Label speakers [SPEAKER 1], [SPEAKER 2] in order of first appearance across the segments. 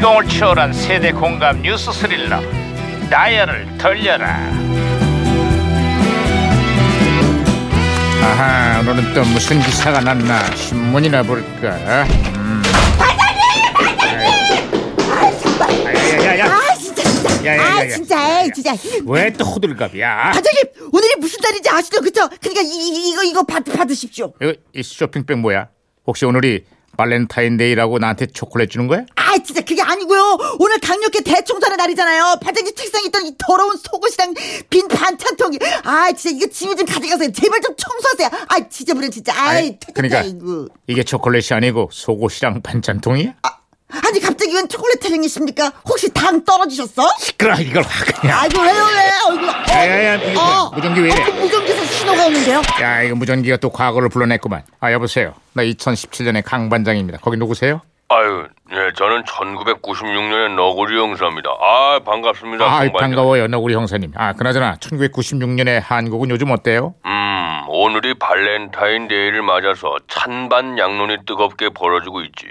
[SPEAKER 1] 감동을 초월한 세대 공감 뉴스 스릴러 다이얼을 돌려라
[SPEAKER 2] 아하 오늘은 또 무슨 기사가 났나 신문이나 볼까 야야야야
[SPEAKER 3] 아 진짜 진짜
[SPEAKER 2] 야, 야, 야,
[SPEAKER 3] 아
[SPEAKER 2] 야.
[SPEAKER 3] 진짜 에이, 진짜
[SPEAKER 2] 왜 또 호들갑이야
[SPEAKER 3] 반장님 오늘이 무슨 날인지 아시죠 그쵸 그러니까 이, 이, 이거 이거 받, 받으십시오
[SPEAKER 2] 이거 이 쇼핑백 뭐야 혹시 오늘이 발렌타인데이라고 나한테 초콜릿 주는 거야?
[SPEAKER 3] 아 진짜 그게 아니고요 오늘 강력계 대청소하는 날이잖아요 반장님 책상에 있던 이 더러운 속옷이랑 빈 반찬통이 아 진짜 이거 짐을 좀 가져가세요 제발 좀 청소하세요 아 지저분해 진짜 아이
[SPEAKER 2] 아이,
[SPEAKER 3] 퇴근
[SPEAKER 2] 그러니까
[SPEAKER 3] 아이고.
[SPEAKER 2] 이게 초콜릿이 아니고 속옷이랑 반찬통이야?
[SPEAKER 3] 아니 갑자기 웬 초콜릿 타령이십니까 혹시 당 떨어지셨어?
[SPEAKER 2] 시끄러 이걸 확 그냥
[SPEAKER 3] 아이고 왜요 왜 아이고 어,
[SPEAKER 2] 야야야 이게 뭐야? 무전기 왜 이래
[SPEAKER 3] 어, 그 무전기에서 신호가 오는데요
[SPEAKER 2] 야 이거 무전기가 또 과거를 불러냈구만 아 여보세요 나 2017년의 강 반장입니다 거기 누구세요?
[SPEAKER 4] 아유, 예, 저는 1996년에 너구리 형사입니다. 아, 반갑습니다.
[SPEAKER 2] 아
[SPEAKER 4] 공관장.
[SPEAKER 2] 반가워요 너구리 형사님 아 그나저나 1996년의 한국은 요즘 어때요?
[SPEAKER 4] 음, 오늘이 발렌타인데이를 맞아서 찬반 양론이 뜨겁게 벌어지고 있지.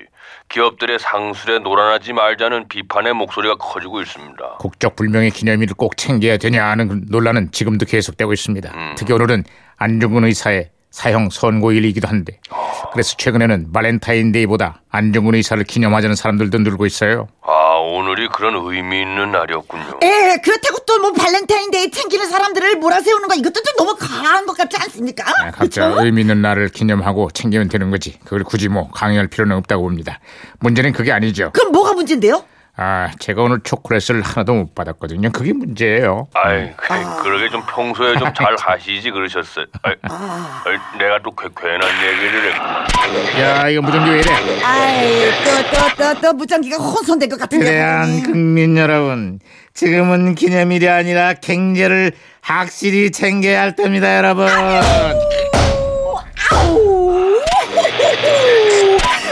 [SPEAKER 4] 기업들의 상술에 노란하지 말자는 비판의 목소리가 커지고 있습니다.
[SPEAKER 2] 국적 불명의 기념일을 꼭 챙겨야 되냐 하는 그 논란은 지금도 계속되고 있습니다.
[SPEAKER 4] 음.
[SPEAKER 2] 특히 오늘은 안중근 의사의 사형 선고일이기도 한데 그래서 최근에는 발렌타인데이보다 안중근 의사를 기념하자는 사람들도 늘고 있어요.
[SPEAKER 4] 아, 오늘이 그런 의미 있는 날이었군요.
[SPEAKER 3] 예, 그렇다고 또 뭐 발렌타인데이 챙기는 사람들을 몰아세우는 거 이것도 좀 너무 과한 것 같지 않습니까?
[SPEAKER 2] 아, 각자 의미 있는 날을 기념하고 챙기면 되는 거지. 그걸 굳이 뭐 강요할 필요는 없다고 봅니다. 문제는 그게 아니죠.
[SPEAKER 3] 그럼 뭐가 문제인데요?
[SPEAKER 2] 아, 제가 오늘 초콜릿을 하나도 못 받았거든요. 그게 문제예요.
[SPEAKER 4] 아이, 그, 그러게 좀 평소에 좀 잘 하시지 그러셨어요. 아이, 아이, 내가 또 괴, 괜한 얘기를 했구나.
[SPEAKER 2] 야, 이거 무전기 왜 이래?
[SPEAKER 3] 아이, 또, 또, 또, 또 무전기가 혼선된 것 같은데.
[SPEAKER 2] 대한 국민 여러분, 지금은 기념일이 아니라 갱제를 확실히 챙겨야 할 때입니다, 여러분.
[SPEAKER 3] 아우.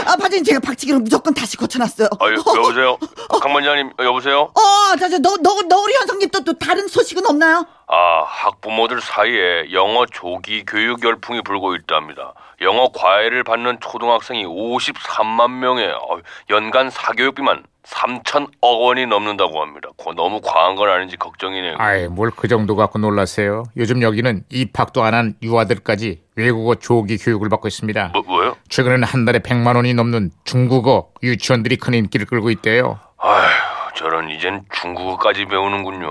[SPEAKER 3] 아, 반장님, 제가 박치기로 무조건 다시 고쳐놨어요.
[SPEAKER 4] 아유, 여보세요? 강반장님, 여보세요?
[SPEAKER 3] 어, 저, 저, 너, 너, 너구리 현성님 또, 또 다른 소식은 없나요?
[SPEAKER 4] 아, 학부모들 사이에 영어 조기 교육 열풍이 불고 있답니다. 영어 과외를 받는 초등학생이 53만 명에 어, 연간 사교육비만 3천억 원이 넘는다고 합니다. 고- 너무 과한 건 아닌지 걱정이네요.
[SPEAKER 2] 아이, 뭘 그 정도 갖고 놀라세요. 요즘 여기는 입학도 안 한 유아들까지 외국어 조기 교육을 받고 있습니다.
[SPEAKER 4] 뭐, 뭐요?
[SPEAKER 2] 최근에는 한 달에 100만 원이 넘는 중국어 유치원들이 큰 인기를 끌고 있대요.
[SPEAKER 4] 아휴, 저런 이젠 중국어까지 배우는군요.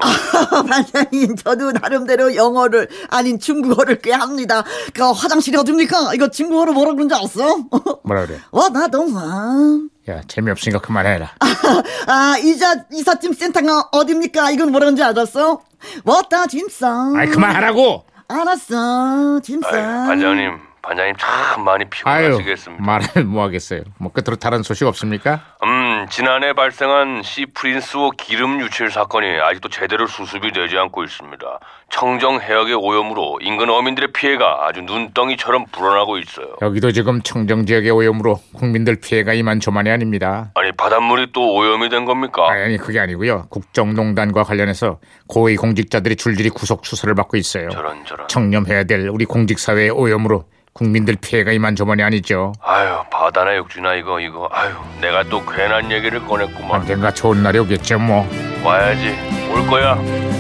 [SPEAKER 3] 반장님, 저도 나름대로 영어를, 아닌 중국어를 꽤 합니다. 그, 화장실이 어딥니까? 이거 중국어로 뭐라 그런지 알았어?
[SPEAKER 2] 뭐라 그래?
[SPEAKER 3] 와, 나 너무, 아.
[SPEAKER 2] 야, 재미없으니까 그만해라.
[SPEAKER 3] 아, 이자, 이삿짐 센터가 어딥니까? 이건 뭐라는지 알았어? 왔다, 짐싸.
[SPEAKER 2] 아이, 그만하라고!
[SPEAKER 3] 알았어, 짐싸.
[SPEAKER 4] 아유, 네, 반장님, 반장님 참 많이
[SPEAKER 2] 아유,
[SPEAKER 4] 피곤하시겠습니다.
[SPEAKER 2] 말을 뭐 하겠어요. 뭐 끝으로 다른 소식 없습니까?
[SPEAKER 4] 음, 지난해 발생한 시 프린스호 기름 유출 사건이 아직도 제대로 수습이 되지 않고 있습니다. 청정 해역의 오염으로 인근 어민들의 피해가 아주 눈덩이처럼 불어나고 있어요.
[SPEAKER 2] 여기도 지금 청정 지역의 오염으로 국민들 피해가 이만저만이 아닙니다.
[SPEAKER 4] 아니, 바닷물이 또 오염이 된 겁니까?
[SPEAKER 2] 아니, 아니 그게 아니고요. 국정농단과 관련해서 고위 공직자들이 줄줄이 구속 수사를 받고 있어요.
[SPEAKER 4] 저런 저런.
[SPEAKER 2] 청렴해야 될 우리 공직 사회의 오염으로 국민들 피해가 이만저만이 아니죠.
[SPEAKER 4] 아유, 바다나 육지나 이거 이거. 아유, 내가 또 괜한 얘기를 꺼냈구만.
[SPEAKER 2] 언젠가 좋은 날이 오겠죠, 뭐.
[SPEAKER 4] 와야지. 올 거야.